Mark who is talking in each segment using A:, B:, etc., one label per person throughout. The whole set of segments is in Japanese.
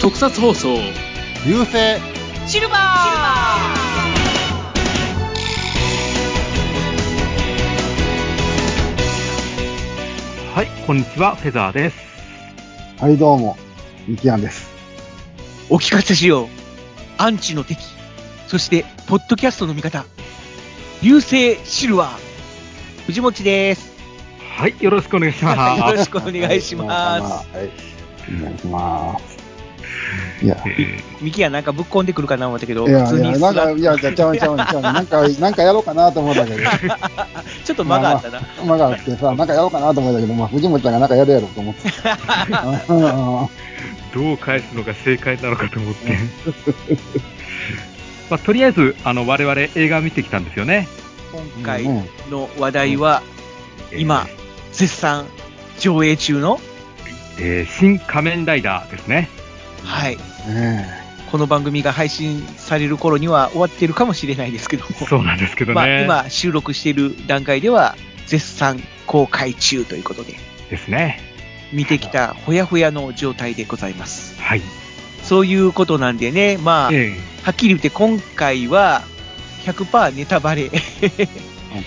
A: 特撮放送
B: 流星
C: シルバー
D: はい、こんにちは、フェザーです。
B: はいどうもミキアンです
E: お聞かせしよう。アンチの敵。そして、ポッドキャストの味方。流星シルワー。藤持です。
D: はい、よろしくお願いします。
E: よろしくお願いしま
B: はいお願いしますいや
D: えー
E: す。ミキがなんかぶっこんでくるかな思ったけど、
B: い
E: 普
B: や
E: 通
B: い
E: に
B: や
E: す
B: なんか
E: が
B: いやじゃあちゃうちゃうちゃうなんかなんかやろうかなと思ったけど
E: ちょっと間があったな。
B: まあまあ間があってさなんかやろうかなと思ったけどまあ藤本ちゃんがなんかやるやろうと思ってうんうんうん
D: どう返すのが正解なのかと思 って。まあ、とりあえず、あの、我々映画見てきたんですよね。
E: 今回の話題は、
D: えー
E: 今、絶賛上映中の、
D: えー新仮面ライダーですね。
E: はい。
B: ね
E: この番組が配信される頃には終わってるかもしれないですけども。
D: そうなんですけどね。
E: まあ、今収録している段階では、絶賛公開中ということで。
D: ですね。
E: 見てきたほやほやの状態でございます。
D: はい。
E: そういうことなんでね、まあ、
D: え
E: はっきり言って今回は100%ネタバレ
B: え
D: ー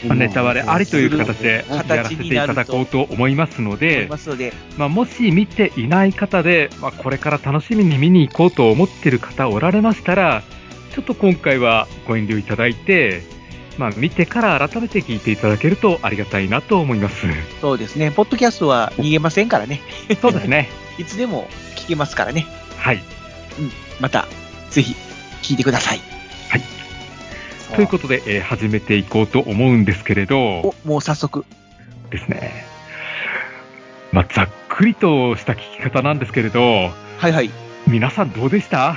D: まあネタバレありという形で
B: うん
D: やらせていただこうと思います
E: と
D: の
E: 思い
D: で、
E: ますので、
D: まあ、もし見ていない方で、まあ、これから楽しみに見に行こうと思ってる方おられましたら、ちょっと今回はご遠慮いただいて、まあ、見てから改めて聞いていただけるとありがたいなと思 います。
E: そうですね、ポッドキャストは逃げませんからね、
D: そうですね。
E: いつでも聞けますからね、
D: はい。
E: またぜひ聞いてください。
B: そう
D: ということで、えー始めていこうと思うんですけれど
E: お、もう早速、
D: ですね。まあ、ざっくりとした聞き方なんですけれど、
E: はいはい、
D: 皆さんどうでした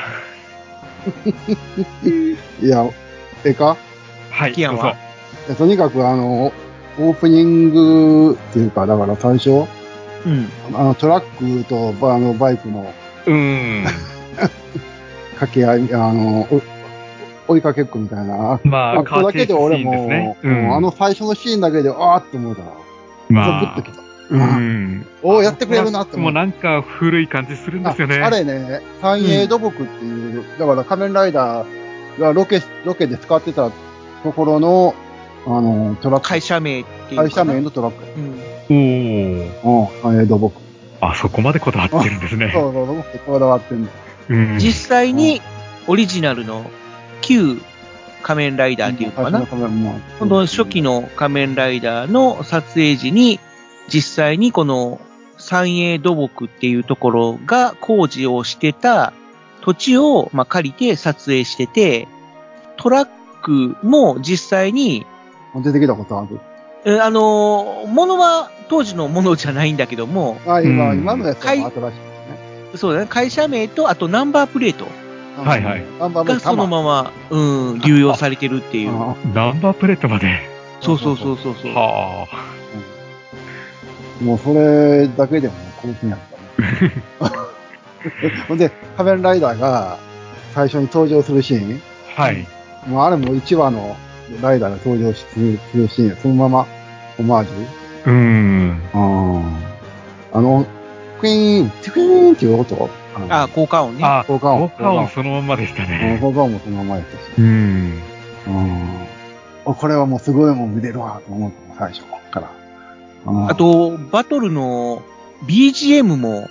B: いやええか
D: はい。
E: キアン
D: どうぞ
E: は。
B: いやとにかくあのオープニングっていうかだから最初
E: うん、
B: あのトラックとばあのバイクの
D: うー ん。
B: 掛け合い、あの、お追いかけっこみたいな。
D: ま
B: あ、
D: あ、
B: これだけで俺も、
D: う
B: うん
D: ん、
B: あの最初のシーンだけで、あーって思うから、
D: まあ
B: グッときた。
D: うん。
B: おーやってくれるなって思
D: もう
B: う。
D: なんか古い感じするんですよね。
B: ああれね、三栄土木っていう、だから仮面ライダーがロケ、ロケで使ってたところの、あの、トラック。
E: 会社名っていう
B: 会
E: か
B: 社
E: な
B: 名のトラック。
E: うん、
D: おお。
B: うん、三栄土木。
D: あそこまでこだわってるんですね。
B: そうそうそう、ってこだわってんの。
D: うん。
E: 実際にオリジナルの旧仮面ライダーっていうのかな。
B: 最初の仮面
E: この初期。の仮面ライダーの撮影時に、実際にこの三栄土木っていうところが工事をしてた土地をまあ借りて撮影してて、トラックも実際に、
B: うん出てきたことある。
E: えあのー、ものは当時のものじゃないんだけども、
B: あ、今、
D: うん
B: 今のやつは
E: はい
B: 新しいね。
E: そうだね、会社名とあとナンバープレート
D: はいはい
B: ナンバープレ
E: が
B: ート
E: そのまま、うん、流用されてるっていう。
B: あ
D: ナンバープレートまで。
E: そうそうそうそうそう。
D: はあ。
B: もうそれだけでも興奮やったね。 ほんで、仮面ライダーが最初に登場するシーン、
D: はい。
B: もうあれも1話のライダーが登場するするシーン、そのままオマージュ。
D: うん。
B: あの、クイーン、クイーンっていう音あの
E: あ、効果音ね。
D: あ、
B: 効果音
D: 効果音そのまんまでした
B: うん
D: ね。
B: 効果音もそのままやったし。
D: うん。
B: うんあこれはもうすごいもん見れるわと思ったの最初から。うん
E: あ、と、バトルの BGM も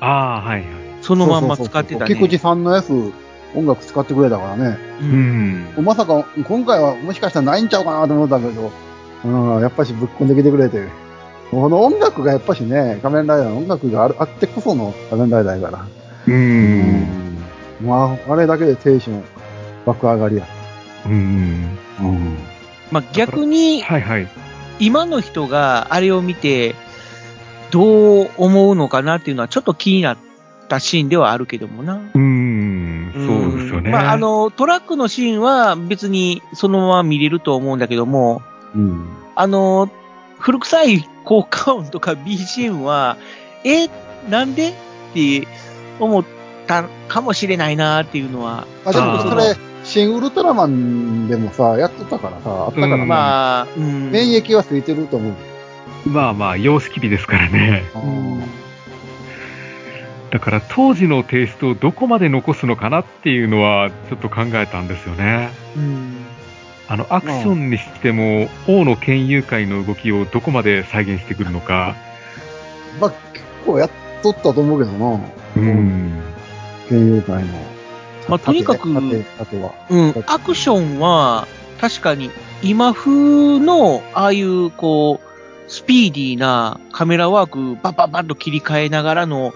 D: ああ、はいはい。
E: そのまんま使ってたね。
B: そうそうそうそう菊池さんのやつ、音楽使ってくれたからね。
E: う
D: うんん。
B: まさか、今回はもしかしたらないんちゃうかなと思ったけど、うん、やっぱしぶっこんできてくれて。この音楽がやっぱしね、仮面ライダーの音楽があるあってこその仮面ライダーやから。
D: う。。
B: うんまあ、あれだけでテンション爆上がりや。
D: うん。
B: うん。
E: まあ、逆に、
D: はいはい。
E: 今の人があれを見て、どう思うのかなっていうのはちょっと気になったシーンではあるけどもな。
D: うん。そうですよね。
E: んまあ、あ、の、トラックのシーンは別にそのまま見れると思うんだけども、
B: うん。
E: あの、古臭い効果音とか BGM は、え、なんでって思ったかもしれないなっていうのは、
B: あ、で
D: あ
B: も
D: ー
B: それ、新ウルトラマンでもさ、やってたからさ、あったから
D: う
B: ね
D: ん
E: まあ、うん。
B: 免疫はついてると思う。
D: まあまあ、様式美ですからね。
E: うん
D: だから当時のテイストをどこまで残すのかなっていうのは、ちょっと考えたんですよね。
E: うん。
D: あの、アクションにしても、王の剣友会の動きをどこまで再現してくるのか。
B: まあ、結構やっとったと思うけどな。
D: うん。
B: 県友会の。
E: まあとにかく
B: 縦ね縦縦は。
E: うん、アクションは、確かに、今風の、ああいう、こう、スピーディーなカメラワーク、バッバッバッと切り替えながらの、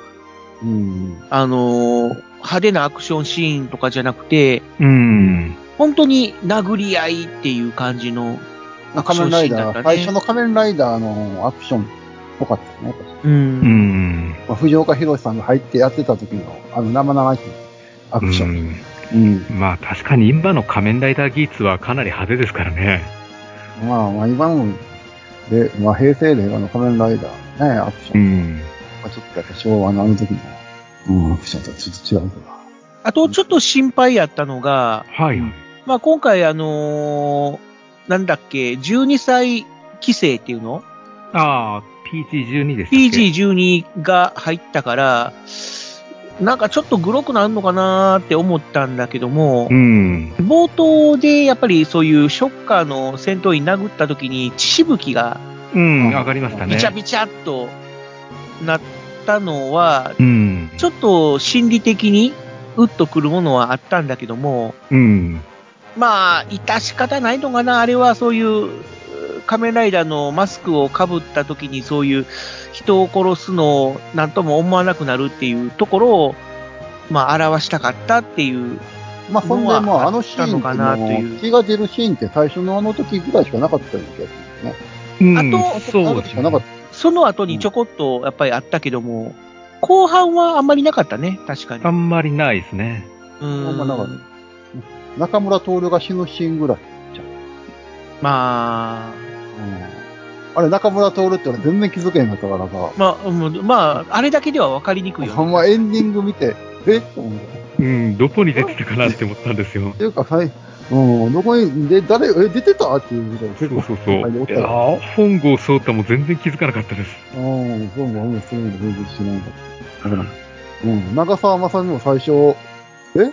B: うん。
E: あのー派手なアクションシーンとかじゃなくて、
D: うん。
E: 本当に殴り合いっていう感じの、アク
B: 仮
E: ション
B: 面
E: シ
B: ラ
E: ー
B: イ
E: ンだっ
B: ダ
E: た
B: ー、
E: ね。
B: 最初の仮面ライダーのアクションっぽかったね。
E: う。
D: うんん。
B: まあ、藤岡弘さんが入ってやってた時の、あの、生々しいアクション。うん。
D: まあ確かに今の仮面ライダー技術はかなり派手ですからね。
B: まあ、まあ、今の、で、まあ、平成令和の仮面ライダーのね、アクション。
D: ん。
B: まあ、ちょっとやっぱ昭和のあの時の、うん、アクションとはちょっと違うけど。
E: あと、ちょっと心配やったのが、
D: はい。
E: まあ、今回、あのーなんだっけ、12歳規制っていうの
D: ああ、PG12 です
E: PG12 が入ったから、なんかちょっとグロくなるのかなーって思ったんだけども
D: う、ん。
E: 冒頭でやっぱりそういうショッカーの戦闘員殴った時に血しぶきが
D: うん、上がりましたね
E: ビ。チャビチャっとなったのは、
D: うん。
E: ちょっと心理的にうっとくるものはあったんだけども、
D: うん。
E: まあ、致し方ないのかな、あれはそういう、仮面ライダーのマスクをかぶった時にそういう人を殺すのを何とも思わなくなるっていうところを、まあ、表したかったっていう。
B: まあ、そんで、
E: のは
B: まあ、あのシーンって
E: あったのかなと
B: いう
E: い
B: の
E: う
B: は、血が出るシーンって最初のあの時ぐらいしかなかったような気がするね。
D: うん
E: あと
D: そう
B: あの時
D: で
B: し
D: す
B: かな
D: ね
B: かった。
E: その後にちょこっとやっぱりあったけども、後半はあんまりなかったね、確かに。
D: あんまりないですね。
E: うん
B: あんまなかっ中村徹が死ぬシーンぐらい。
E: まあ、
B: うんあれ、中村徹って俺全然気づけへんかったからさ、
E: まあ、うんまあ、あれだけでは分かりにくいよ
B: ほ
E: ね。
B: んまエンディング見て、えと思って。
D: うん、どこに出てたかなって思ったんですよ
B: っ。ていうか、はい、うん、どこに、で、誰、え、出てたっていうぐらい
D: そ
B: 結
D: う
B: 構、
D: そうそう。い
B: あれおった
D: やー本郷颯太も全然気づかなかったです。
B: うん、そうも、うん、そうも、全然知らんかった。だから、うん、長澤まさみも最初、 え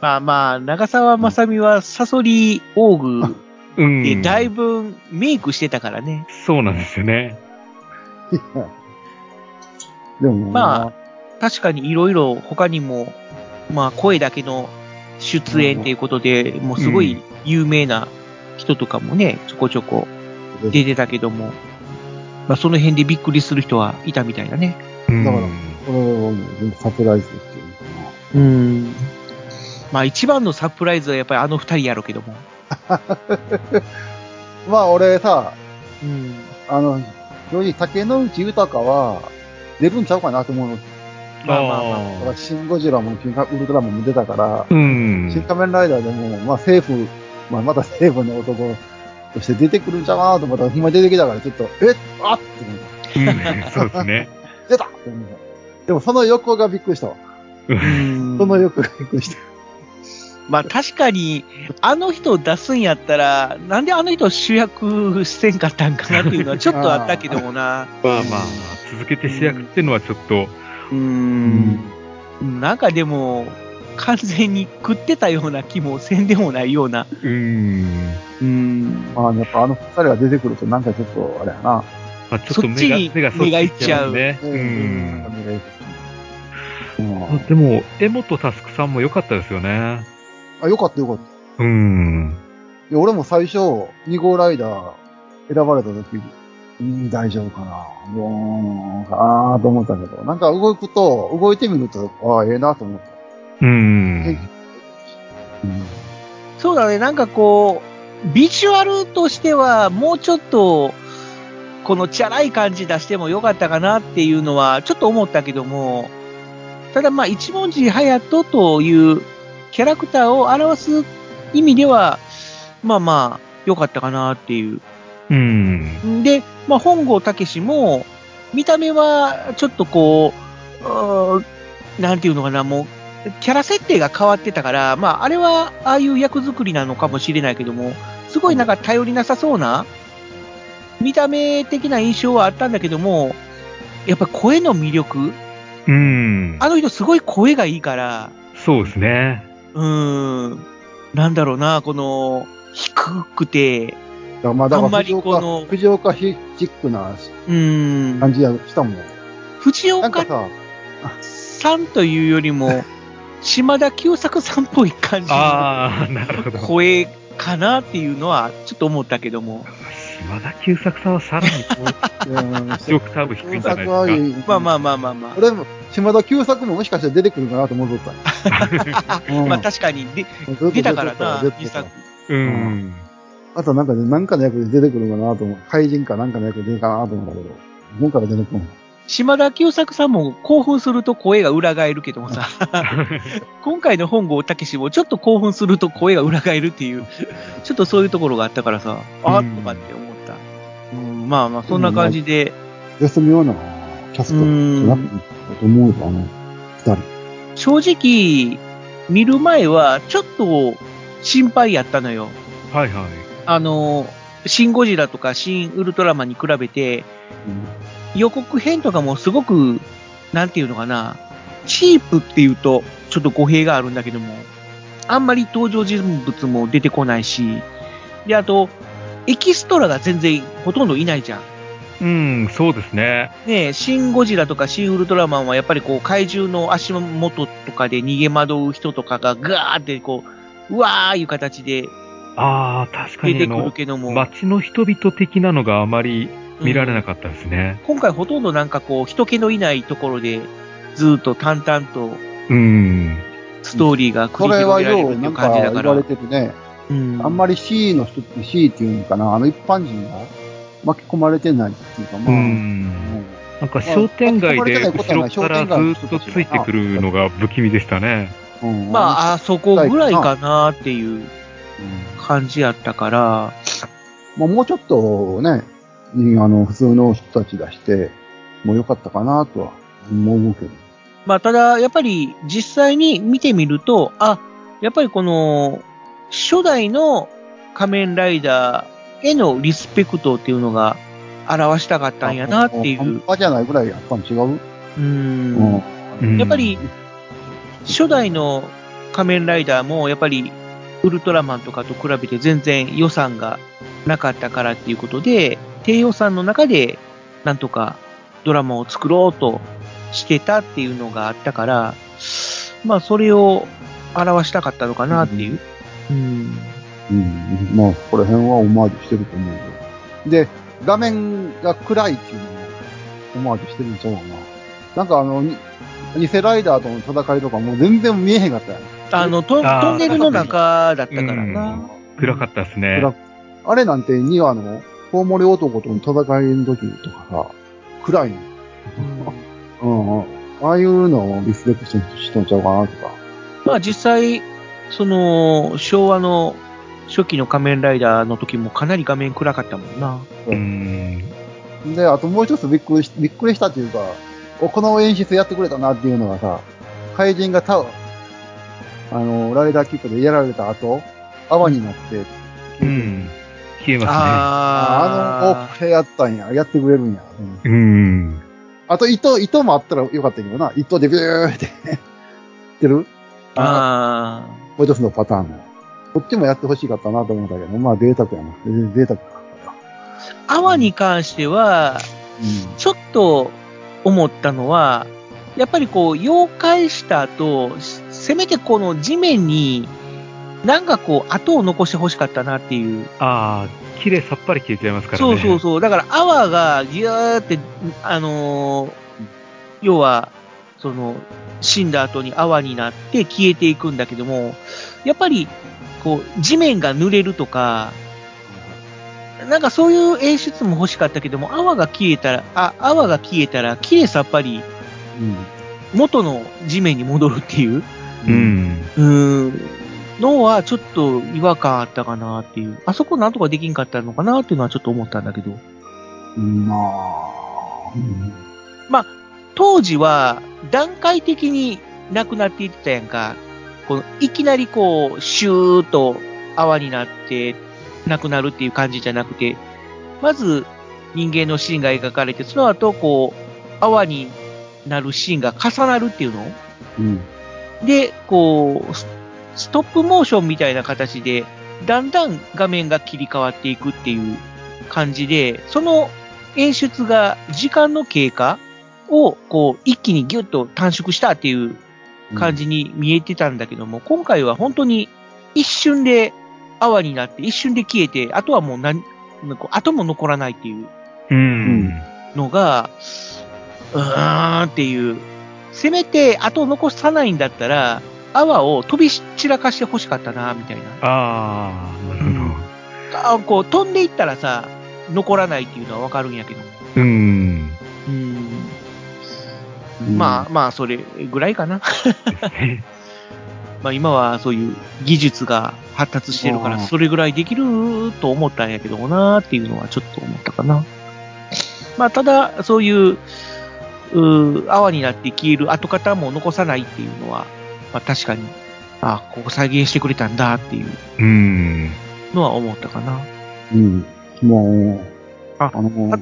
E: まあまあ、長澤まさみはサソリオーグ
D: うん。
E: でだいぶメイクしてたからね。
D: そうなんですよね。
B: いやでも、
E: まあ、確かにいろいろ他にも、まあ声だけの出演っていうことで、もうすごい有名な人とかもね、ちょこちょこ
B: で
E: 出てたけども、まあその辺でびっくりする人はいたみたいだね。
D: うん
B: だからこれは全部サプライズっていうのかな。
E: うん。まあ一番のサプライズはやっぱりあの二人やろうけども。
B: まあ、俺さ、
E: うん。
B: あの、正直、竹野内豊は、出るんちゃうかなと思うの。
E: まあまあまあ
D: ー
B: ほらシン・ゴジラもキングウルトラマンも出たから、
D: うん。
B: 新仮面ライダーでも、まあ、政府、まあ、また政府の男として出てくるんちゃうかなと思ったら、今出てきたから、ちょっと、えあっって思った
D: うんそうですね。
B: 出たって思った。でも、その横がびっくりしたわ。
D: うん
B: その横がびっくりした。
E: まあ確かに、あの人を出すんやったら、なんであの人を主役せんかったんかなっていうのはちょっ とあったけどもな。
D: まあまあ、続けて主役っていうのはちょっと、
E: うーん。なんかでも、完全に食ってたような気もせんでもないような。
D: うん。
E: うん。
B: まあ、やっぱあの二人が出てくると、なんかちょっと、あれやな。
D: まあ、ちょっと目
E: そ
D: が、
E: っちに
D: 目がそっち行っちゃうね。う
B: なん
D: ん。
B: か見れるうん
D: あでも、江本佑さんも良かったですよね。
B: あ、よかったよかった。
D: うん。
B: いや俺も最初、2号ライダー選ばれた時、うん、大丈夫かな。もう、あーと思ったけど、なんか動くと、動いてみると、ああ、ええなと思った。
D: うん。
B: うん
E: そうだね、なんかこう、ビジュアルとしては、もうちょっと、このチャラい感じ出してもよかったかなっていうのは、ちょっと思ったけども、ただまあ、一文字隼人というキャラクターを表す意味では、まあまあ、良かったかなっていう。
D: うん。
E: で、まあ、本郷武史も、見た目は、ちょっとこう、うーんなんていうのかな、もう、キャラ設定が変わってたから、まあ、あれは、ああいう役作りなのかもしれないけども、すごいなんか頼りなさそうな、見た目的な印象はあったんだけども、やっぱ声の魅力、
D: うん。
E: あの人すごい声がいいから、
D: そうですね。
E: うーん、なんだろうな、この、低くて、
B: らまあ、だか
E: あんま
B: ら
E: り
B: 藤
E: この
B: 岡、藤岡ヒチックな
E: うー
B: 感
E: ん、
B: じやしたもん。
E: 藤
B: なんか
E: 岡
B: さ、
E: さんというより も、島田久作さんっぽい感じの
D: ああ、なるほど。
E: 声かなっていうのは、ちょっと思ったけども。
D: 島田久作さんはさらにこう1オクターブ低いんじ ゃないです
B: か
E: まあまあまあまあまあ。
B: 俺も、島田久作ももしかして出てくるかなと思っ とったんや
E: あ、
B: うん
E: まあ確かに、で
B: ずっと
E: 出
B: て
E: た
B: た
E: からな、
B: 出て
E: 実
B: た
E: 作。
D: か。うん。
B: あとなんかね、なんかの役で出てくるかなと思う。怪人かなんかの役で出るかなと思うんだけど、今回は出てくるの。
E: 島田久作さんも興奮すると声が裏返るけども さ、今回の本郷武史もちょっと興奮すると声が裏返るっていう、ちょっとそういうところがあったからさ、あ
D: うん
E: ーとかって思った。うん、まあまあ、そんな感じで、
B: 休みようなキャストになってたと思うよ、あの、二人。
E: 正直、見る前はちょっと心配やったのよ。
D: はいはい。
E: あの、シン・ゴジラとかシン・ウルトラマンに比べて、予告編とかもすごく、なんていうのかな、チープっていうと、ちょっと語弊があるんだけども、あんまり登場人物も出てこないし、で、あと、エキストラが全然ほとんどいないじゃん。
D: うん、そうですね。
E: ねえ、シン・ゴジラとかシン・ウルトラマンはやっぱりこう怪獣の足元とかで逃げ惑う人とかがガーってこう、うわーいう形で
D: ああ、確か
E: 出
D: に
E: て
D: あ
E: くる
D: の、
E: けども、
D: 街の人々的なのがあまり見られなかったですね。
E: 今回ほとんどなんかこう人気のいないところでずっと淡々と
D: うん。
E: ストーリーが繰
B: そ
E: り
B: れは
E: 広げられる
B: よ
E: っ
B: う、
E: てい
B: な
E: うん
B: か
E: 感じだ
B: 言
E: か
B: われ
E: ら。
B: ててね、
E: うん
B: あんまり C の人って C っていうのかな、あの一般人が巻き込まれてないっていうか、ま
D: う
B: あ、
D: ん。
B: うん
D: なんか商店街で後ろからずーっとついてくるのが不気味でしたね。
B: うん
E: まあ、あそこぐらいかなっていう感じやったから、
B: まあ、もうちょっとね、うんあの、普通の人たち出して、もう良かったかなとは思うけど。
E: まあ、ただ、やっぱり実際に見てみると、あ、やっぱりこの、初代の仮面ライダーへのリスペクトっていうのが表したかったんやなってい
B: あもう
E: う。
B: 半端じゃないぐらいやっぱり違う。
E: う。
B: うん
D: うん
E: やっぱり、初代の仮面ライダーも、やっぱり、ウルトラマンとかと比べて全然予算がなかったからっていうことで、低予算の中で、なんとかドラマを作ろうとしてたっていうのがあったから、まあ、それを表したかったのかなっていう。うん。
B: うん。まあ、ここら辺はオマージュしてると思うよ。で、画面が暗いっていうのもオマージュしてるんちゃうかな。なんかあの、に偽ライダーとの戦いとかもう全然見えへんかったやん。
E: あの、トン
D: あー
E: トンネルの中だったから
D: う
E: な。
D: 暗かったですね。
B: 暗あれなんて2話のコウモリ男との戦いの時とかさ、暗いの。
E: うん
B: うんうん。ああいうのをリスペクトしとんちゃうかなとか。
E: まあ実際、その、昭和の初期の仮面ライダーの時もかなり画面暗かったもんな。
D: うん。
B: で、あともう一つびっくりしびっくりしたというか、おこの演出やってくれたなっていうのがさ、怪人がタワー、あの、ライダーキックでやられた後、泡になって、
D: うん。消えま
B: あの、お、これやったんや、やってくれるんや。うん
D: すね。うん。
B: あと、糸、糸もあったらよかったけどな、糸でビューって、 やってる
E: ああ
B: もう一つのパターンの。こっちもやってほしかったなと思ったけど、まあ、贅沢やな。贅沢か、これは。
E: ー。泡に関しては、
B: うん
E: ちょっと思ったのは、やっぱりこう、溶解した後、せめてこの地面に、なんかこう、跡を残してほしかったなっていう。
D: ああ、綺麗さっぱり消えちゃいますから
E: そ
D: ね。
E: うそうそう。だから、泡がギューって、あのー要は、その、死んだ後に泡になって消えていくんだけども、やっぱり、こう、地面が濡れるとか、なんかそういう演出も欲しかったけども、泡が消えたら、あ、泡が消えたら、綺麗さっぱり元の地面に戻るっていう、
D: う。ん。
E: うーん、のはちょっと違和感あったかなっていう。あそこなんとかできんかったのかなっていうのはちょっと思ったんだけど。
B: うん。まあ、うん
E: 当時は段階的になくなっていってたやんか。この、いきなりこう、シューッと泡になって、なくなるっていう感じじゃなくて、まず人間のシーンが描かれて、その後こう、泡になるシーンが重なるっていうの
B: うん。
E: で、こう、スストップモーションみたいな形で、だんだん画面が切り替わっていくっていう感じで、その演出が時間の経過をこう一気にギュッと短縮したっていう感じに見えてたんだけども、今回は本当に一瞬で泡になって、一瞬で消えて、あとはもう何、なんか後も残らないっていう
D: うん。
E: のが、うーんっていう、せめて後を残さないんだったら、泡を飛び散らかしてほしかったな、みたいな。
D: ああ、なるほ
E: あこう飛んでいったらさ、残らないっていうのはわかるんやけど。
D: ど。うん。
E: うん。
B: うん
E: まあまあ、それぐらいかな。
D: ですね。
E: まあ今はそういう技術が発達してるから、
B: うん
E: それぐらいできると思ったんやけどもなーっていうのはちょっと思ったかな。まあただ、そういう、うー泡になって消える跡形も残さないっていうのは、まあ確かに、あここ再現してくれたんだっていう
D: うん。
E: のは思ったかな。
B: うん。もう、
E: あ
B: あの、
E: あ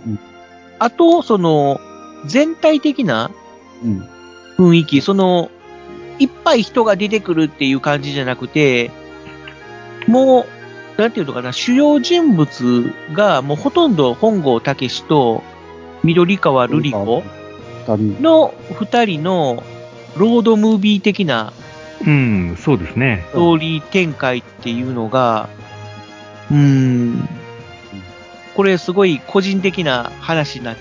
E: あと、その、全体的な
B: うん。
E: 雰囲気、その、いっぱい人が出てくるっていう感じじゃなくて、もう、なんていうのかな、主要人物がもうほとんど本郷武史と緑川瑠璃子
B: 二人。
E: の二人のロードムービー的な
D: うん、そうですね。
E: ストーリー展開っていうのが、うーん、これすごい個人的な話になっ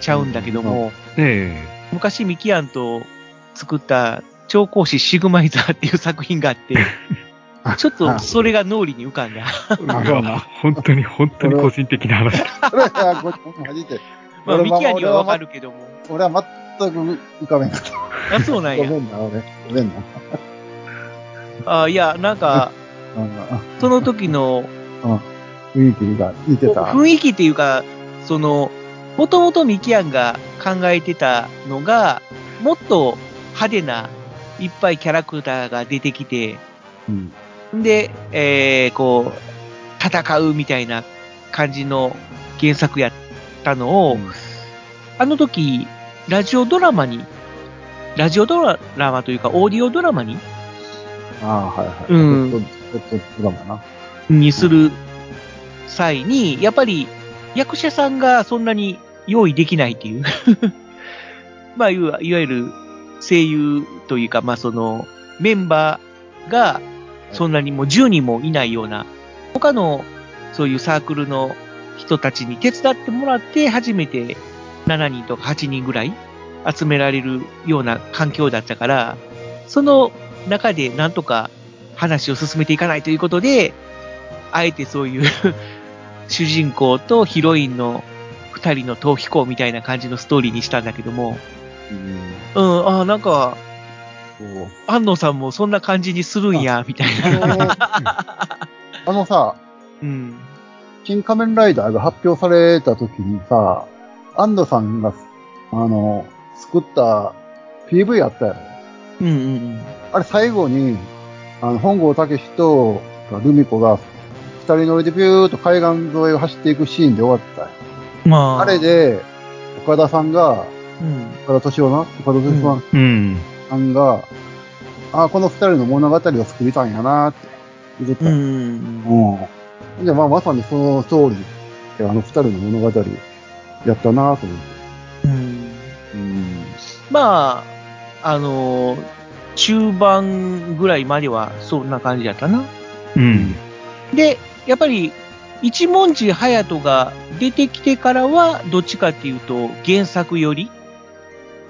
E: ちゃうんだけども、
D: え
E: 昔ミキアンと作った超講師シグマイザーっていう作品があ って、ちょっとそれが脳裏に浮かんだ。
D: えうわ本当に、本当に個人的な話。
B: それはごめんマジで。
E: まあ、
B: 俺
E: ミ
B: は
E: キアンにはわかるけども。
B: 俺は全く浮かべなかっ
E: あ、そうな
B: た。
E: ん
B: ご
E: や
B: め。んな、俺。ごめんな。
E: あいや、なんか、
B: うん
E: その時の
B: 雰囲気が似てた。
E: 雰囲気っていうか、その、もともとミキアンが考えてたのが、もっと派手ないっぱいキャラクターが出てきて、
B: うん。
E: で、えー、こう、戦うみたいな感じの原作やったのを、あの時、ラジオドラマに、ラジオドラマというか、オーディオドラマに、
B: ああ、はいはい。
E: うん
B: ちょっと、ちょっと、ドラマな。
E: にする際に、やっぱり役者さんがそんなに用意できないっていう。 まあ、いわいわゆる声優というか、まあそのメンバーがそんなにもう10人もいないような、他のそういうサークルの人たちに手伝ってもらって、初めて7人とか8人ぐらい集められるような環境だったから、その中でなんとか話を進めていかないということで、あえてそういう 主人公とヒロインの二人の逃避行みたいな感じのストーリーにしたんだけども、
B: うん。
E: うん、ああ、なんか、
B: そう。
E: 安野さんもそんな感じにするんや、みたい
B: あ
E: な。
B: のあのさ、
E: うん。
B: 新仮面ライダーが発表された時にさ、安藤さんが、あの、作った PV あったやろ。
E: うんうん
B: あれ最後に、あの、本郷武史とルミ子が二人乗りでビューっと海岸沿いを走っていくシーンで終わったよ。
E: うん。まあ。
B: あれ。で、岡田さんが、
E: うん。
B: 岡田敏夫な岡田敏夫
D: うん。
B: さんが、ああ、この二人の物語を作りたんやなって言ってた
E: う
B: よ。
E: んうんうん。
B: うん。じゃあ、まあ、まさにその通りで、あの二人の物語やったなと思って。
E: うん。
B: うん。
E: まあ、あのー中盤ぐらいまではそんな感じだったな。
D: うん。
E: で、やっぱり、一文字隼人が出てきてからは、どっちかっていうと、原作より、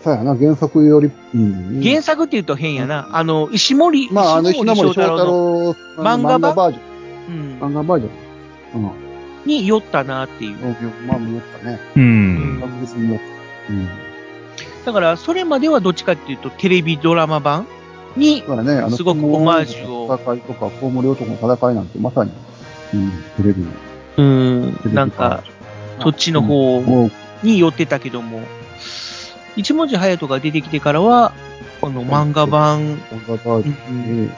B: そうやな、原作より、うん。
E: 原作っていうと変やな、あの、石森、
B: まあ、あの、石
E: 石
B: 森
E: 森
B: 章
E: 章
B: 太
E: 太郎の
B: 郎の
E: 漫画版
B: バージョン。
E: う
B: 漫
E: ん
B: 画バージョン。
E: に酔ったなっていう
B: う。ん。まあ、見よったね。
D: うん。
B: 確実に見よった。うん。
E: だから、それまではどっちかっていうと、テレビドラマ版に
B: だ、からね、あの、
E: すごくオマージュを
B: 戦いとか、コウモリ男の戦いなんて、まさに、うん、テレビの。
E: うん
B: テレ、ビ
E: なんか、、そっちの方
B: もう、
E: に寄ってたけども、一文字隼人が出てきてからは、この漫画版。
B: 漫画バージョンで、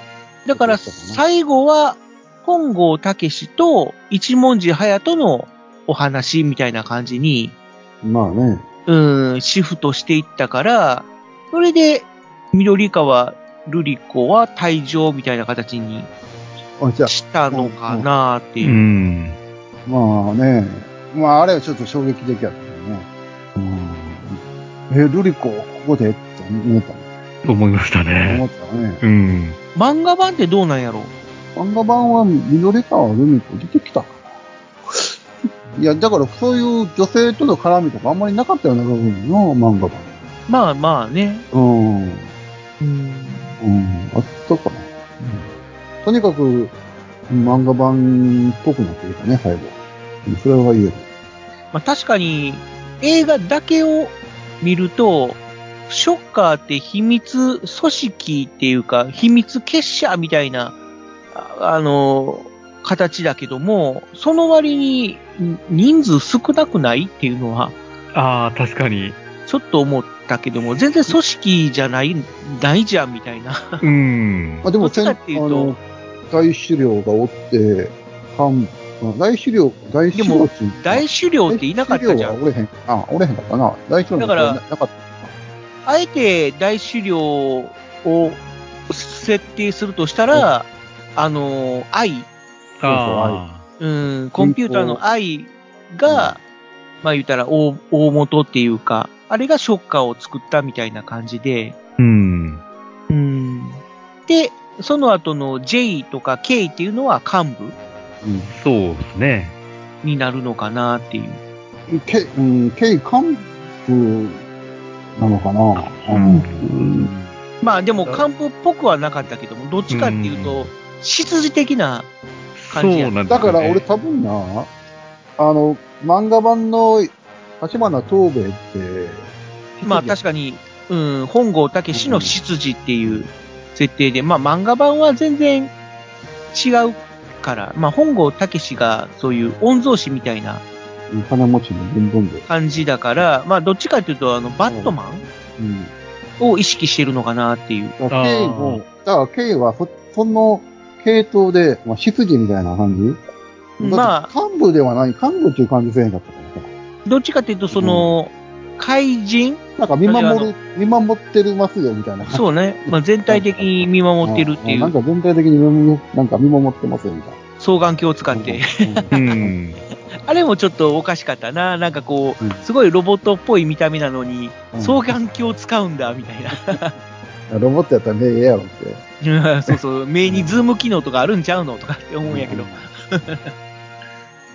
E: だから最後は、本郷武史と一文字隼人のお話みたいな感じに、
B: まあね、
E: うん、シフトしていったから、それで、緑川瑠璃子は退場みたいな形に
B: あ、じゃあ、
E: したのかなって
D: う
E: いう。
D: ん。
B: まあね、まああれはちょっと衝撃的やったよね。うん。え、ルリコ、ここでって思ったの
D: と思いました
B: 思
D: ね
B: っ。たね。
D: うん。
E: 漫画版ってどうなんやろ
B: 漫画版は緑川ルミ子出てきたかな。いや、だからそういう女性との絡みとかあんまりなかったような部分の漫画版。
E: まあまあね。
B: うん。うん。
E: うん。
B: あったかな。うん、とにかく、漫画版っぽくなってきたね、最後。それは言える。
E: まあ確かに、映画だけを見ると、ショッカーって秘密組織っていうか、秘密結社みたいな、ああの、形だけども、その割にん人数少なくないっていうのは、
D: ああ、確かに。
E: ちょっと思ったけども、全然組織じゃない、ないじゃんみたい な。
D: うん
B: まあ、。でも、
E: どっちかっていうと
B: あの大狩猟がおって、半あ大狩猟、大狩猟っていうのか
E: 大狩猟っていなかったじゃ
B: 大
E: ん。
B: 狩猟はおれへん。あ、おれへんかったな。大狩
E: だ
B: 猟
E: から
B: ななかった。
E: あえて大狩猟を設定するとしたら、あの、愛、
D: あ
E: うん、コンピューターの愛が、まあ言ったら大大元っていうか、あれがショッカーを作ったみたいな感じで、
D: あ。うん。
E: うん。で、その後の J とか K っていうのは幹部
B: う
D: そうですね。
E: になるのかなっていう。
B: ん。け、うん、ケイ幹部なのかな。うん。うん
E: まあでも幹部っぽくはなかったけども、どっちかっていう
D: う
E: と
D: ん、
E: 執事的な、
D: そうなんですよね。
B: だから俺多分な、あの、漫画版の立花東兵衛って、
E: まあ確かに、うん、本郷武史の執事っていう設定で、まあ漫画版は全然違うから、まあ本郷武史がそういう御曹司みたいな
B: に。金持ちの伝言で。
E: 感じだから、まあどっちかというとあの、バットマン
B: うん。
E: を意識してるのかなっていう。
B: だから、ケイも、だから、ケイはそ、その系統で、まあ、執事みたいな感じ
E: まあ、
B: だって幹部ではない、幹部っていう感じせえへんかったからね。
E: どっちかというとその、怪人
B: なんか見守る、見守ってるますよ、みたいな。う、
E: そうね。まあ全体的に見守ってるってい
B: なん
E: う、
B: か全体的に見守なんか見守ってますよ、みたいな。
E: 双眼鏡を使って。
D: う
B: うん。
D: ん。
E: あれもちょっとおかしかったな。なんかこ
B: うん
E: う、すごいロボットっぽい見た目なのに、
B: うん
E: 双眼鏡を使うんだ、みたいな。
B: ロボットやったらね、ええやろっ
E: い
B: て。
E: や そうそう、目にズーム機能とかあるんちゃうのとかって思うんやけど。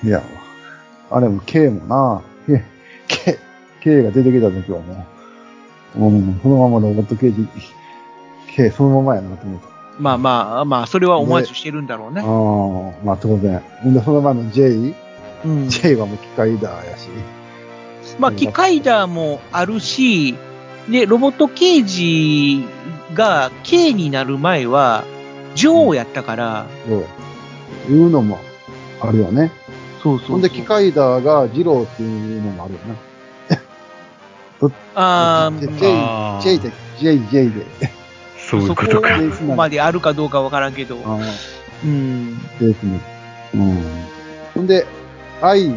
B: いや、あれも K もな、K、K、K が出てきた時はもう、うん、そのままロボット刑事、K そのままやなと思った。
E: まあまあまあ、それはオマージュしてるんだろうね。
B: ああ、まあ当然。ほんで、その前の J、
E: うん、
B: J はもう機械だやし。
E: まあ、機械だもあるし、で、ロボット刑事が K になる前は、女王やったから、
B: そう。いうのもあるよね。
E: そうそうそう
B: ほんで、機械だが、ジローっていうのもあるよな。
E: あー
B: J
D: あー
B: J で、J、J で。
D: そういう
E: そこ
D: ことか。
E: まであるかどうかわからんけど、
B: ああ、
E: うん。
B: ですね。うん。ほんで、I、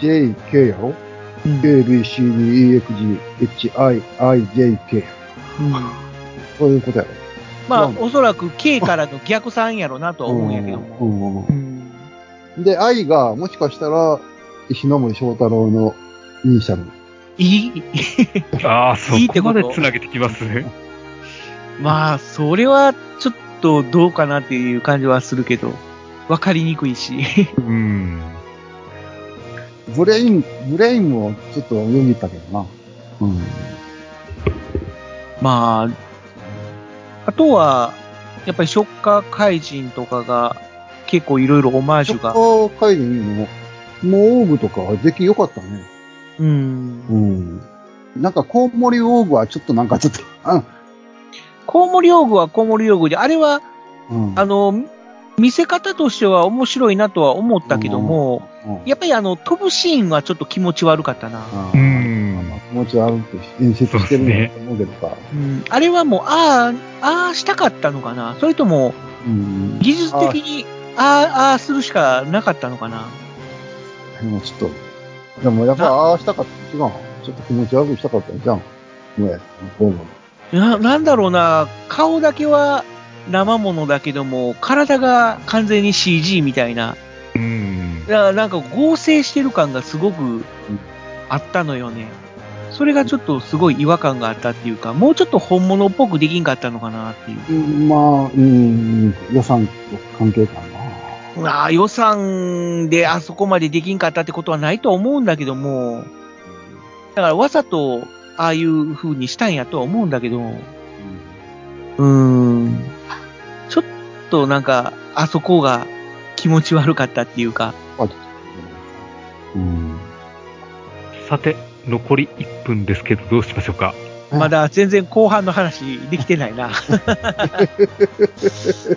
B: J、K やろ
E: うん
B: ?K、B、C、D、E、F、G、H、I、I、J、K。
E: うん
B: そういうことやろ。
E: まあ、
B: うん
E: おそらく K からの逆算やろなとは思うんやけども。
B: うん
E: う。ん
B: うんで、I が、もしかしたら、石ノ森章太郎のイニシャル。
E: いい
D: ああ、そ
E: いいって
D: こ
E: こ
D: ま
E: と
D: で繋げてきます。
E: まあ、それはちょっとどうかなっていう感じはするけど、わかりにくいし。
D: うん。
B: ブレイン、ブレインもちょっとよぎったけどな。うん。
E: まあ、あとは、やっぱりショッカー怪人とかが結構いろいろオマージュが。
B: ッカー会議の、もうオーグとかは出来良かったね。
E: う。
B: うんん。なんか、コウモリオーグはちょっとなんかちょっと、
E: コウモリ用具はコウモリ用具で、あれは、
B: うん。うん
E: あの、見せ方としては面白いなとは思ったけども、
B: うん
E: やっぱりあの、飛ぶシーンはちょっと気持ち悪かったな。
B: あ
D: う
B: ー
D: ん。
B: もうちょいあるって演出してるんだと思うけどさ。
E: うん、あれはもう、ああ、ああしたかったのかなそれとも、
B: うん。
E: 技術的に、ああ、ああするしかなかったのかな
B: でもちょっと、でもやっぱああしたかった。違う。ちょっと気持ち悪くしたかったじゃん。ねどうも。
E: な、なんだろうな、顔だけは生物だけども、体が完全に CG みたいな、
D: うん。
E: ななんか合成してる感がすごくあったのよね。それがちょっとすごい違和感があったっていうか、もうちょっと本物っぽくできんかったのかなっていう。
B: うん、まあ、うん、予算と関係かな。
E: まあ、予算であそこまでできんかったってことはないと思うんだけども、だからわざとああいう風にしたんやとは思うんだけど、うーん。ちょっとなんか、あそこが気持ち悪かったっていうか、
B: うん。
D: さて、残り1分ですけど、どうしましょうか。
B: うん
E: まだ全然後半の話できて ないな。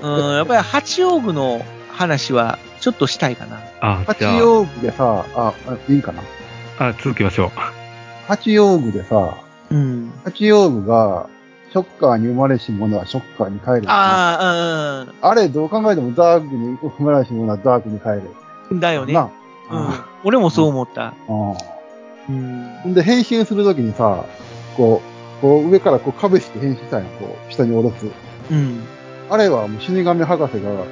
E: うん、やっぱり八王子の話はちょっとしたいかな。
D: あじ
B: 八
D: ゃ
B: 王子でさ、あ、あいいかな。
D: あ、あ続きましょう。
B: 八王子でさ、
E: うん。
B: 八王子が、ショッカーに生まれし者はショッカーに帰れ。
E: ああ、
B: あれ、どう考えてもダークに生まれし者はダークに帰れ。
E: うん。だよね。
B: な
E: う
B: あ
E: ん。俺もそう思った。
B: あ
E: うん
B: あ。で、変身するときにさ、こう、こう上からこう壁して変身したんや、こう、下に下ろす。
E: うん。
B: あれはもう死神博士が、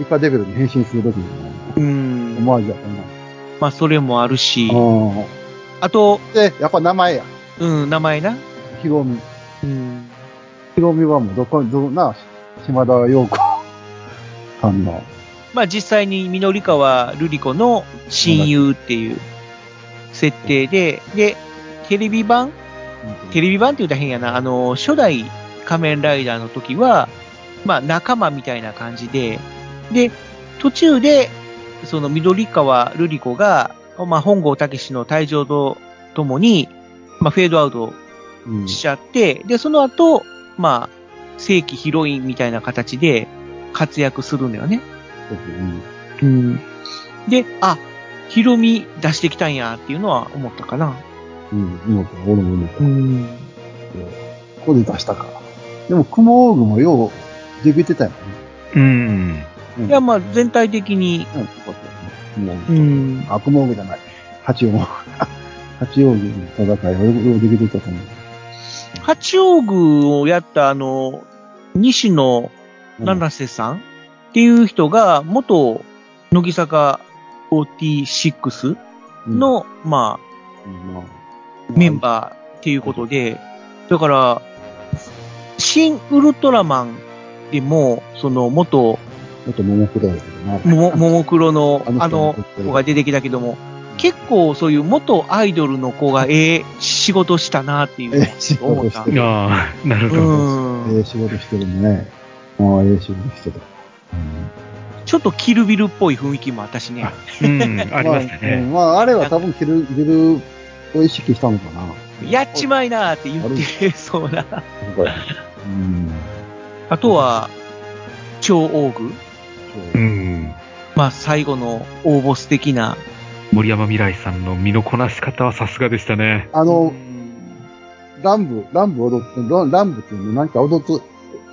B: イカデビルに変身するときに、
E: うん。
B: 思わずやったな。
E: まあ、それもあるし、
B: うん
E: あと、
B: で、やっぱ名前や。
E: うん、名前な。
B: ヒロミ。
E: うん。
B: ヒロミはもうどこ、ど、な、島田陽子さんの。
E: まあ、実際にみのりかはルリコの親友っていう設定で、で、テレビ版テレビ版って言うたら変やな。あの、初代仮面ライダーの時は、まあ、仲間みたいな感じで、で、途中で、その緑川ルリ子が、まあ、本郷武史の退場とともに、まあ、フェードアウト
B: うん
E: しちゃって、で、その後、まあ、正規ヒロインみたいな形で活躍するんだよね。
B: うん
E: で、あ、ヒロミ出してきたんやっていうのは思ったかな。
B: うん、うん、俺も思った
E: ん。
B: ここで出したか。でも、クモオーグもよう、できてたよね。
D: うん。
B: うん
E: いや、まあ、全体的に、
B: うん、よかったよね。
E: う
B: クモオー
E: ん。
B: グ。あ、クモオーグじゃない。八王子。八王子の戦い、俺もできてたと思う。
E: 八王宮をやったあの、西野七瀬さんっていう人が、元乃木坂46
B: うん、
E: の、ま
B: うんまあ
E: あ、メンバーっていうことで、だから、新ウルトラマンでも、その元
B: ちょっと桃黒だけどな。
E: もも、ももクロの
B: あの人
E: あの子が出てきたけども、結構そういう元アイドルの子がええ仕事したなっていう。
B: ええ仕事してる。
D: ああ、 なるほど。
E: うん
B: ええ仕事してるね。ああ、ええ仕事してた。うん
E: ちょっとキルビルっぽい雰囲気もあったしね。
D: うん、ありました
B: まあうん
D: ね。
B: まあ、あれは多分キル、キルを意識したのかな。
E: やっちまいなーって言ってそうな。
B: うん。
E: あとは、超大具。
D: うん。
E: まあ、最後の大ボス的な。
D: 森山未来さんの身のこなし方はさすがでしたね。
B: あ
E: う
B: の、
E: ん
B: ランブ、ランブ踊って、ランランブっていうのなんか踊っ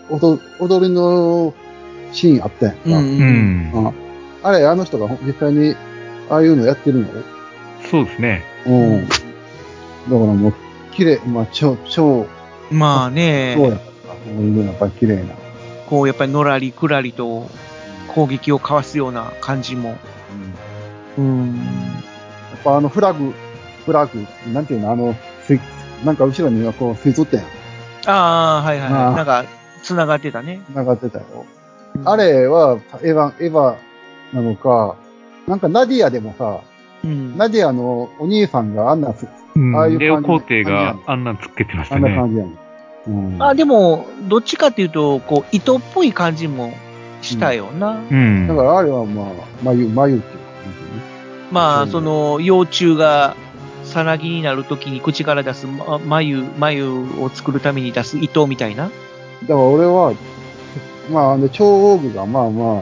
B: 踊、踊りのシーンあったやんか。
E: う。
D: うんん。
B: うんあれ、あの人が実際に、ああいうのやってるの
D: そうですね。
B: うん。だからもう、綺麗、まあ、超、超、
E: まあ
B: 超や
E: ね、
B: から、こういうのやっぱり綺麗な。
E: こう、やっぱりのらりくらりと攻撃をかわすような感じも。う
B: うん
E: ん。
B: やっぱあのフラグ、フラグ、なんていうの、あの、すなんか後ろにこう、吸い取ったやん。
E: ああ、はいはい
B: ま
E: は
B: あ
E: い。なんか、繋がってたね。
B: 繋がってたよ。あれは、エヴァ、エヴァなのか、なんかナディアでもさ、
E: うん。
B: ナディアのお兄さんがあんなす、
D: うん
B: ああいう感じ
D: レオ皇帝があんなんつっけてまし
B: あ
D: た
B: んな
D: ね。
B: 感じやん。うん。
E: あ、でも、どっちかっていうと、こう、糸っぽい感じもしたよな。
D: うん。
B: だからあれはまあ、眉、眉っていう感じね。
E: ま
B: う
E: あ、
B: ん
E: その、幼虫が、さなぎになるときに口から出す、ま、眉、眉を作るために出す糸みたいな。
B: だから俺は、まあ、あの、超王具がまあまあ、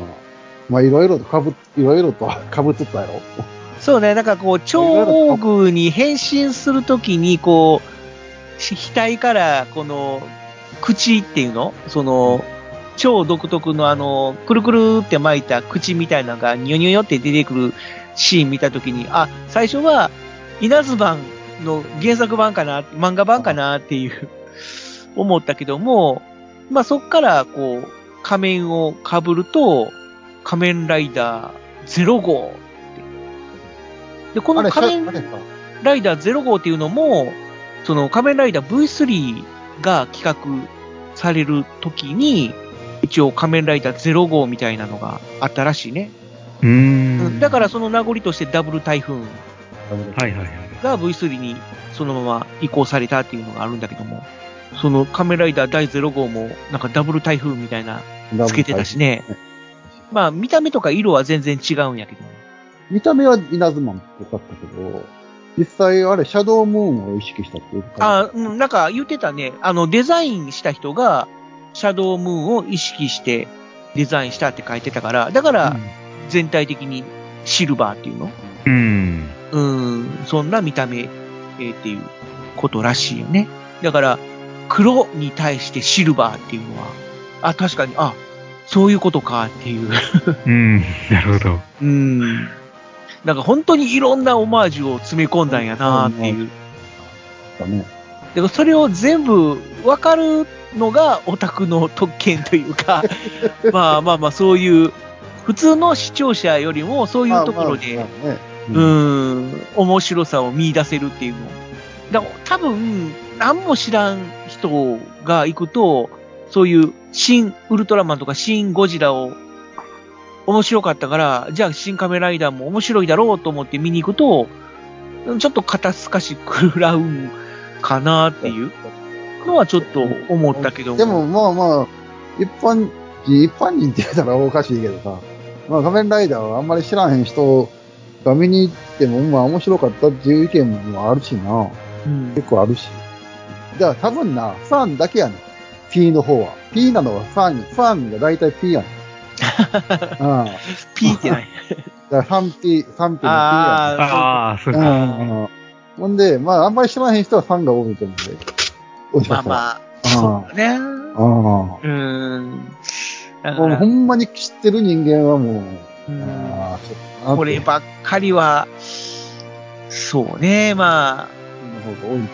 B: まあいろいろとかぶ、いろいろと かぶっとったやろ。
E: そうね、なんかこう、超王具に変身するときに、こう、し額から、この、口っていうのその、超独特のあの、くるくるって巻いた口みたいなのが、ニョニョニョって出てくるシーン見たときに、あ、最初は、稲妻の原作版かな、漫画版かなっていう、 思ったけども、まあそっから、こう、仮面を被ると、仮面ライダー0号って。で、こ
B: あ
E: の
B: れ、しゃ
E: 仮面
B: あ、れさ、
E: ライダー0号っていうのも、その仮面ライダー V3 が企画される時に、一応仮面ライダー0号みたいなのがあったらしいね。
D: うーん。
E: だからその名残としてダブル台風
D: はいはいはい。
E: が V3 にそのまま移行されたっていうのがあるんだけども、その仮面ライダー第0号もなんかダブル台風みたいなつけてたしね。まあ見た目とか色は全然違うんやけど。
B: 見た目は稲妻っぽかったけど、実際あれ、シャドームーンを意識したっていうか、
E: あ、うん、なんか言ってたね。あの、デザインした人が、シャドームーンを意識してデザインしたって書いてたから、だから全体的にシルバーっていうの
D: うん。
E: うん、そんな見た目、えーっていうことらしいよね。だから、黒に対してシルバーっていうのは、あ、確かに、あ、そういうことかっていう。
D: うん。 なるほど。
E: うん。なんか本当にいろんなオマージュを詰め込んだんやなっていう。
B: だね。
E: でもそれを全部わかるのがオタクの特権というか、まあまあまあそういう、普通の視聴者よりもそういうところで、
B: まあまあまあね
E: うーん、面白さを見出せるっていうの。だから多分、何も知らん人が行くと、そういう新ウルトラマンとか新ゴジラを面白かったから、じゃあ新カメライダーも面白いだろうと思って見に行くと、ちょっと肩透かし食らうんかなっていうのはちょっと思ったけども。
B: でも、まあまあ、一般人、一般人って言ったらおかしいけどさ、まあ仮面ライダーはあんまり知らへん人が見に行っても、まあ面白かったっていう意見もあるしな、
E: うん、
B: 結構あるし。じゃあ多分な、ファンだけやねん。P の方は。P なのはファン、ファンが大体 P やねん。うん。だか
E: ピーってない。
B: ら 3P、3P の P や
E: あ
D: ああ、そ
B: ね。
D: うんか。
B: うん。ほんで、まああんまり知らへん人は3が多いと思うで。お
E: あ、まあまあ、
B: うん
E: そうだね。
B: あ。うん。
E: うーん。だか
B: もう
E: ら
B: ほんまに知ってる人間はもう、
E: うん
B: ああ、ちょっとなって
E: こればっかりは、そうね、まあ、
B: の方が多いんか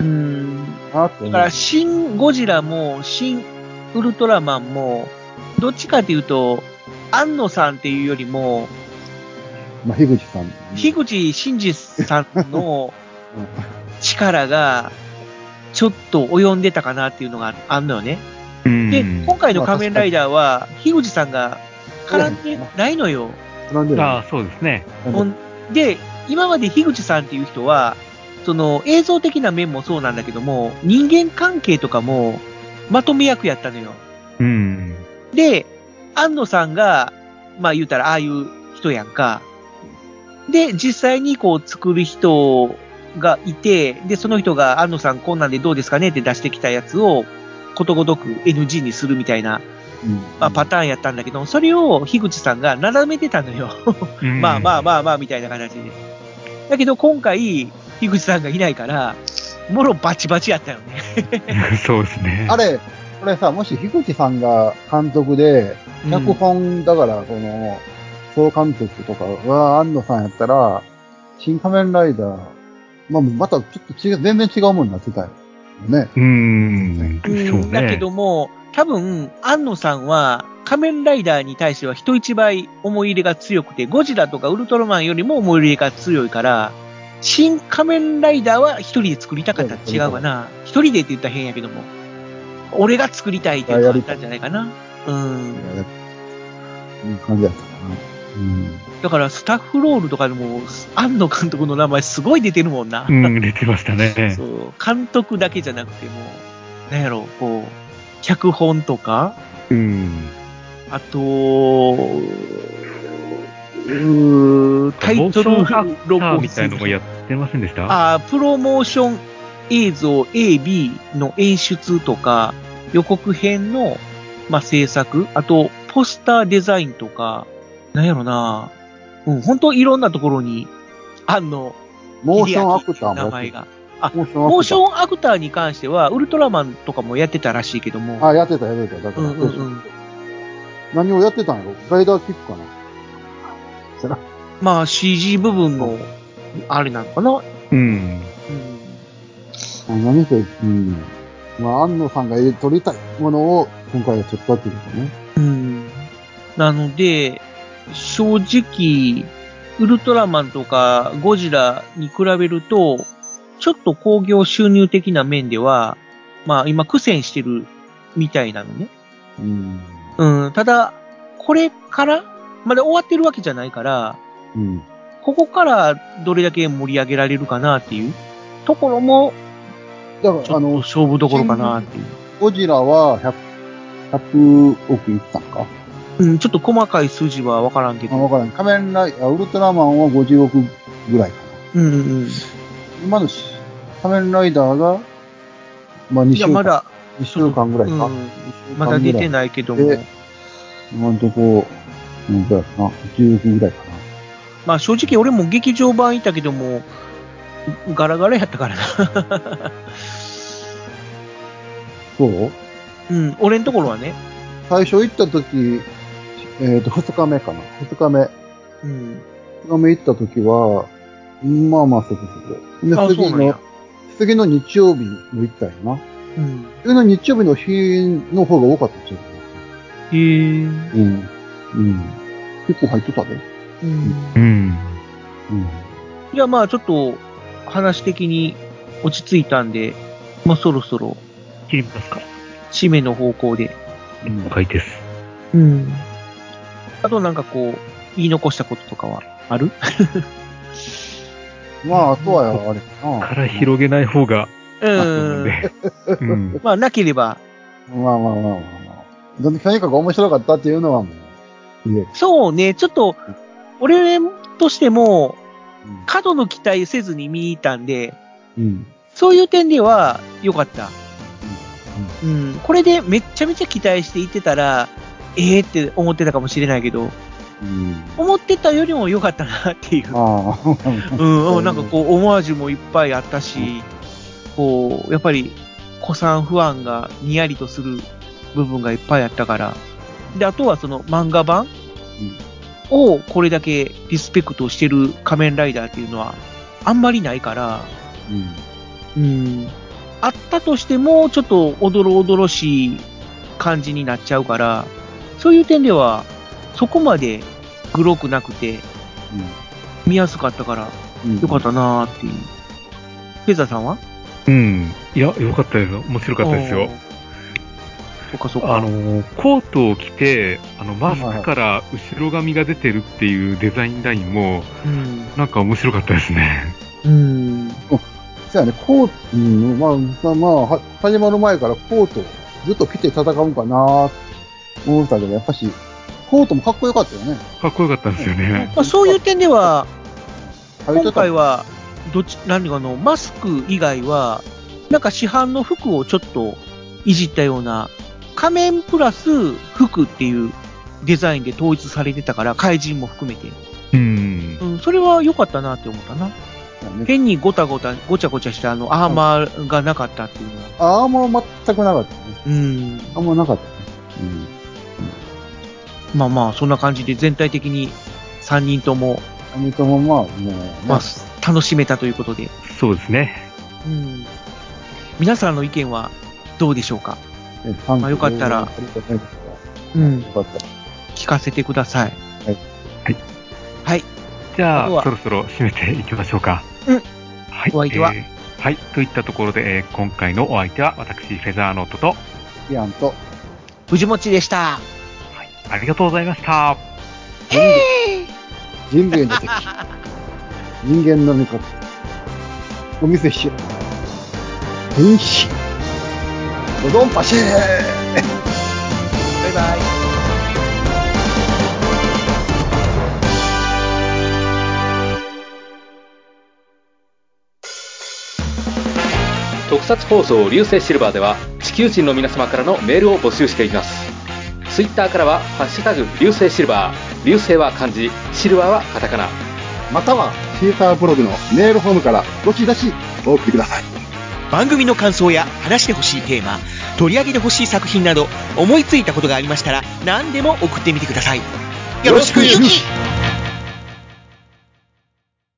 E: うん。
B: なって思
E: だ
B: う
E: から、新ゴジラも、新ウルトラマンも、どっちかというと、安野さんっていうよりも、
B: まあ、樋口さん。
E: 樋口真嗣さんの
B: うん
E: 力が、ちょっと及んでたかなっていうのがあんのよね。
D: うん。
E: で、今回の仮面ライダーは、樋口さんが絡んでないのよ。
B: なんで
D: あ
B: な
D: あ、そうですね。
E: ほんで、今まで樋口さんっていう人は、その映像的な面もそうなんだけども、人間関係とかもまとめ役やったのよ。
D: うん。
E: で、安野さんが、まあ言うたらああいう人やんか。で、実際にこう作る人がいて、で、その人が安野さんこんなんでどうですかねって出してきたやつを、ことごとく NG にするみたいな、まあ、パターンやったんだけど、それを樋口さんがなだめてたのよ。
D: うん
E: まあまあまあまあみたいな形で。だけど今回、樋口さんがいないから、もろバチバチやったよね。
D: そうですね。
B: あれ、これさ、もし樋口さんが監督で、脚本、だから、この、総監督とかは安野さんやったら、新仮面ライダー、まあ、またちょっと違う、全然違うもんになってたよ。ね。
D: うん。
E: うん
D: そうね。
E: だけども、多分、安野さんは、仮面ライダーに対しては人一倍思い入れが強くて、ゴジラとかウルトラマンよりも思い入れが強いから、新仮面ライダーは一人で作りたかったら違うわな。一人でって言ったら変やけども。俺が作りたいっていうのがあったんじゃないかな。うん。
B: うん、感じやったかな。うん。
E: だからスタッフロールとかでも、安野監督の名前すごい出てるもんな。
D: うん、出てましたね。
E: そう監督だけじゃなくても、なんやろ、こう、脚本とか、
D: うん。
E: あと、うータイトル
D: モーションアクタ
E: ロゴ
D: ーみたいのもやってませんでしたあ
E: あープロモーション映像 A、B の演出とか、予告編の、まあ、制作、あと、ポスターデザインとか、なんやろなうん、本当いろんなところに、あんの、
B: モーションアクタ
E: 名
B: ーもやって
E: 前
B: る
E: が。あ
B: モーションアクター
E: モーションアクターに関しては、ウルトラマンとかもやってたらしいけども。
B: あ、やってた、やってた。だか
E: う
B: ら、
E: んうんうん。
B: 何をやってたんやろガイダーキックかなそら
E: まあ CG 部分の、あれなのかな。
D: うん。
E: うん。
B: あ何せ、うん。まあ、安野さんが撮りたいものを今回は撮ったっていうことね。
E: うん。なので、正直、ウルトラマンとかゴジラに比べると、ちょっと興行収入的な面では、まあ今苦戦してるみたいなのね。
B: うん。
E: うん、ただ、これから、まだ終わってるわけじゃないから、
B: うん。
E: ここからどれだけ盛り上げられるかなっていうところも、
B: だか
E: ちょ
B: ら、あ
E: っと
B: の、
E: 勝負どころかなっていう。
B: ゴジラは100、100億いったんか
E: うん、ちょっと細かい数字はわからんけ
B: あ、
E: ど。
B: わからん。仮面ライダー、ウルトラマンは50億ぐらいかな。
E: うんうん。
B: 今のし仮面ライダーが、まあ2
E: い
B: 週
E: や、
B: 間、
E: まだ、
B: 2週間ぐらいか。
E: うんまだ出てないけども
B: で。今んとこ、うん、ぐらいかな。10億ぐらいかな。
E: まあ正直俺も劇場版いたけども、ガラガラやったからな。
B: そう
E: うん、俺のところはね。
B: 最初行った時、えっ、と、2日目かな。2日目。
E: うん。
B: 2日目行った時は、まあまあそこそ
E: あ
B: こ。で、
E: そう
B: 次
E: なんや
B: の、次の日曜日も行ったよな。
E: うん。
B: 次の日曜日の日の方が多かったっち
E: へ
B: ゃ
E: え。
B: ううん。うん。結構入ってたで。
E: うん
D: う。
B: う
D: ん。
B: ん。
E: いや、まあちょっと話的に落ち着いたんで、まあそろそろ
D: 切りますか。
E: 締めの方向で。
B: うん
D: 了解です。
E: うん。あとなんかこう、言い残したこととかはある
B: まあ、あとはあれかな。
D: から広げない方が、あるん
E: うん。
D: で。うん。
E: まあなければ、
B: まあまあまあまあまあ。とにかく面白かったっていうのはもう、いえ。
E: そうね、ちょっと、俺としても、
B: うん
E: 過度の期待せずに見に行ったんで、
B: うん。
E: そういう点では良かった。うん。これでめっちゃめちゃ期待して行ってたら、ええって思ってたかもしれないけど、
B: うん。
E: 思ってたよりも良かったなっていう。
B: ああ。
E: うん、うんなんかこう、オマージュもいっぱいあったし、こう、やっぱり、子さん不安がにやりとする部分がいっぱいあったから。で、あとはその漫画版をこれだけリスペクトしてる仮面ライダーっていうのはあんまりないから、う
B: うん。
E: ん、あったとしても、ちょっとおどろおどろしい感じになっちゃうから、そういう点では、そこまでグロくなくて、見やすかったから、
B: うん。
E: よかったなーっていう。フェザーさんは
D: うん。いや、よかったですよ。面白かったです
E: お
D: よ。。
E: ーそっかそっか。
D: あのー、コートを着て、あの、マスクから後ろ髪が出てるっていうデザインラインも、
E: うん。
D: なんか面白かったですね。
E: うん。
B: そうやね、コート、うん、まあ、まあ、まあ、は始まる前からコート、ずっと着て戦うんかなと思ってたけど、やっぱし、コートもかっこよかったよね。
D: かっこよかったんですよね。
E: まあ、そういう点では、
B: 入って
E: 今
B: た
E: 回は、どっち、何かの、マスク以外は、なんか市販の服をちょっといじったような、仮面プラス服っていうデザインで統一されてたから、怪人も含めて。
D: うん
E: う。ん、それは良かったなって思ったな。
B: ね。
E: 変にごたごた、ごちゃごちゃしたあの、アーマーがなかったっていうのは。
B: ああ、もう全くなかったね。
E: うん。
B: あんまなかったね。うん。
E: まあまあ、そんな感じで全体的に3人とも、
B: あの人もまあ、もう、ね、
E: まあ、楽しめたということで。
D: そうですね。
E: うん。皆さんの意見はどうでしょうか
B: ね賛否
E: まあよかったら
B: ありがたいですよ
E: うん
B: よかった。
E: 聞かせてください。
B: はい。
D: はい。
E: はい。
D: じ
E: あと
D: ゃ
E: は
D: あ、そろそろ締めていきましょうか。
E: うん
D: はい。
E: お相手は
D: えーはい。といったところで、えー今回のお相手は、私、フェザーノートと、
B: イアンと、
E: 藤持ちでした。
D: はい。ありがとうございました。
B: 人類の敵。人間の味方。お見せしよう。天使。ドドンパシー
E: バイバイ。
A: 特撮放送流星シルバーでは地球人の皆様からのメールを募集していますツイッターからは「ハッシュタグ流星シルバー」流星は漢字シルバーはカタカナ
B: またはシーサーブログのメールフォームからどしどしお送りください。
E: 番組の感想や話してほしいテーマ取り上げてほしい作品など思いついたことがありましたら何でも送ってみてくださいよろしくゆき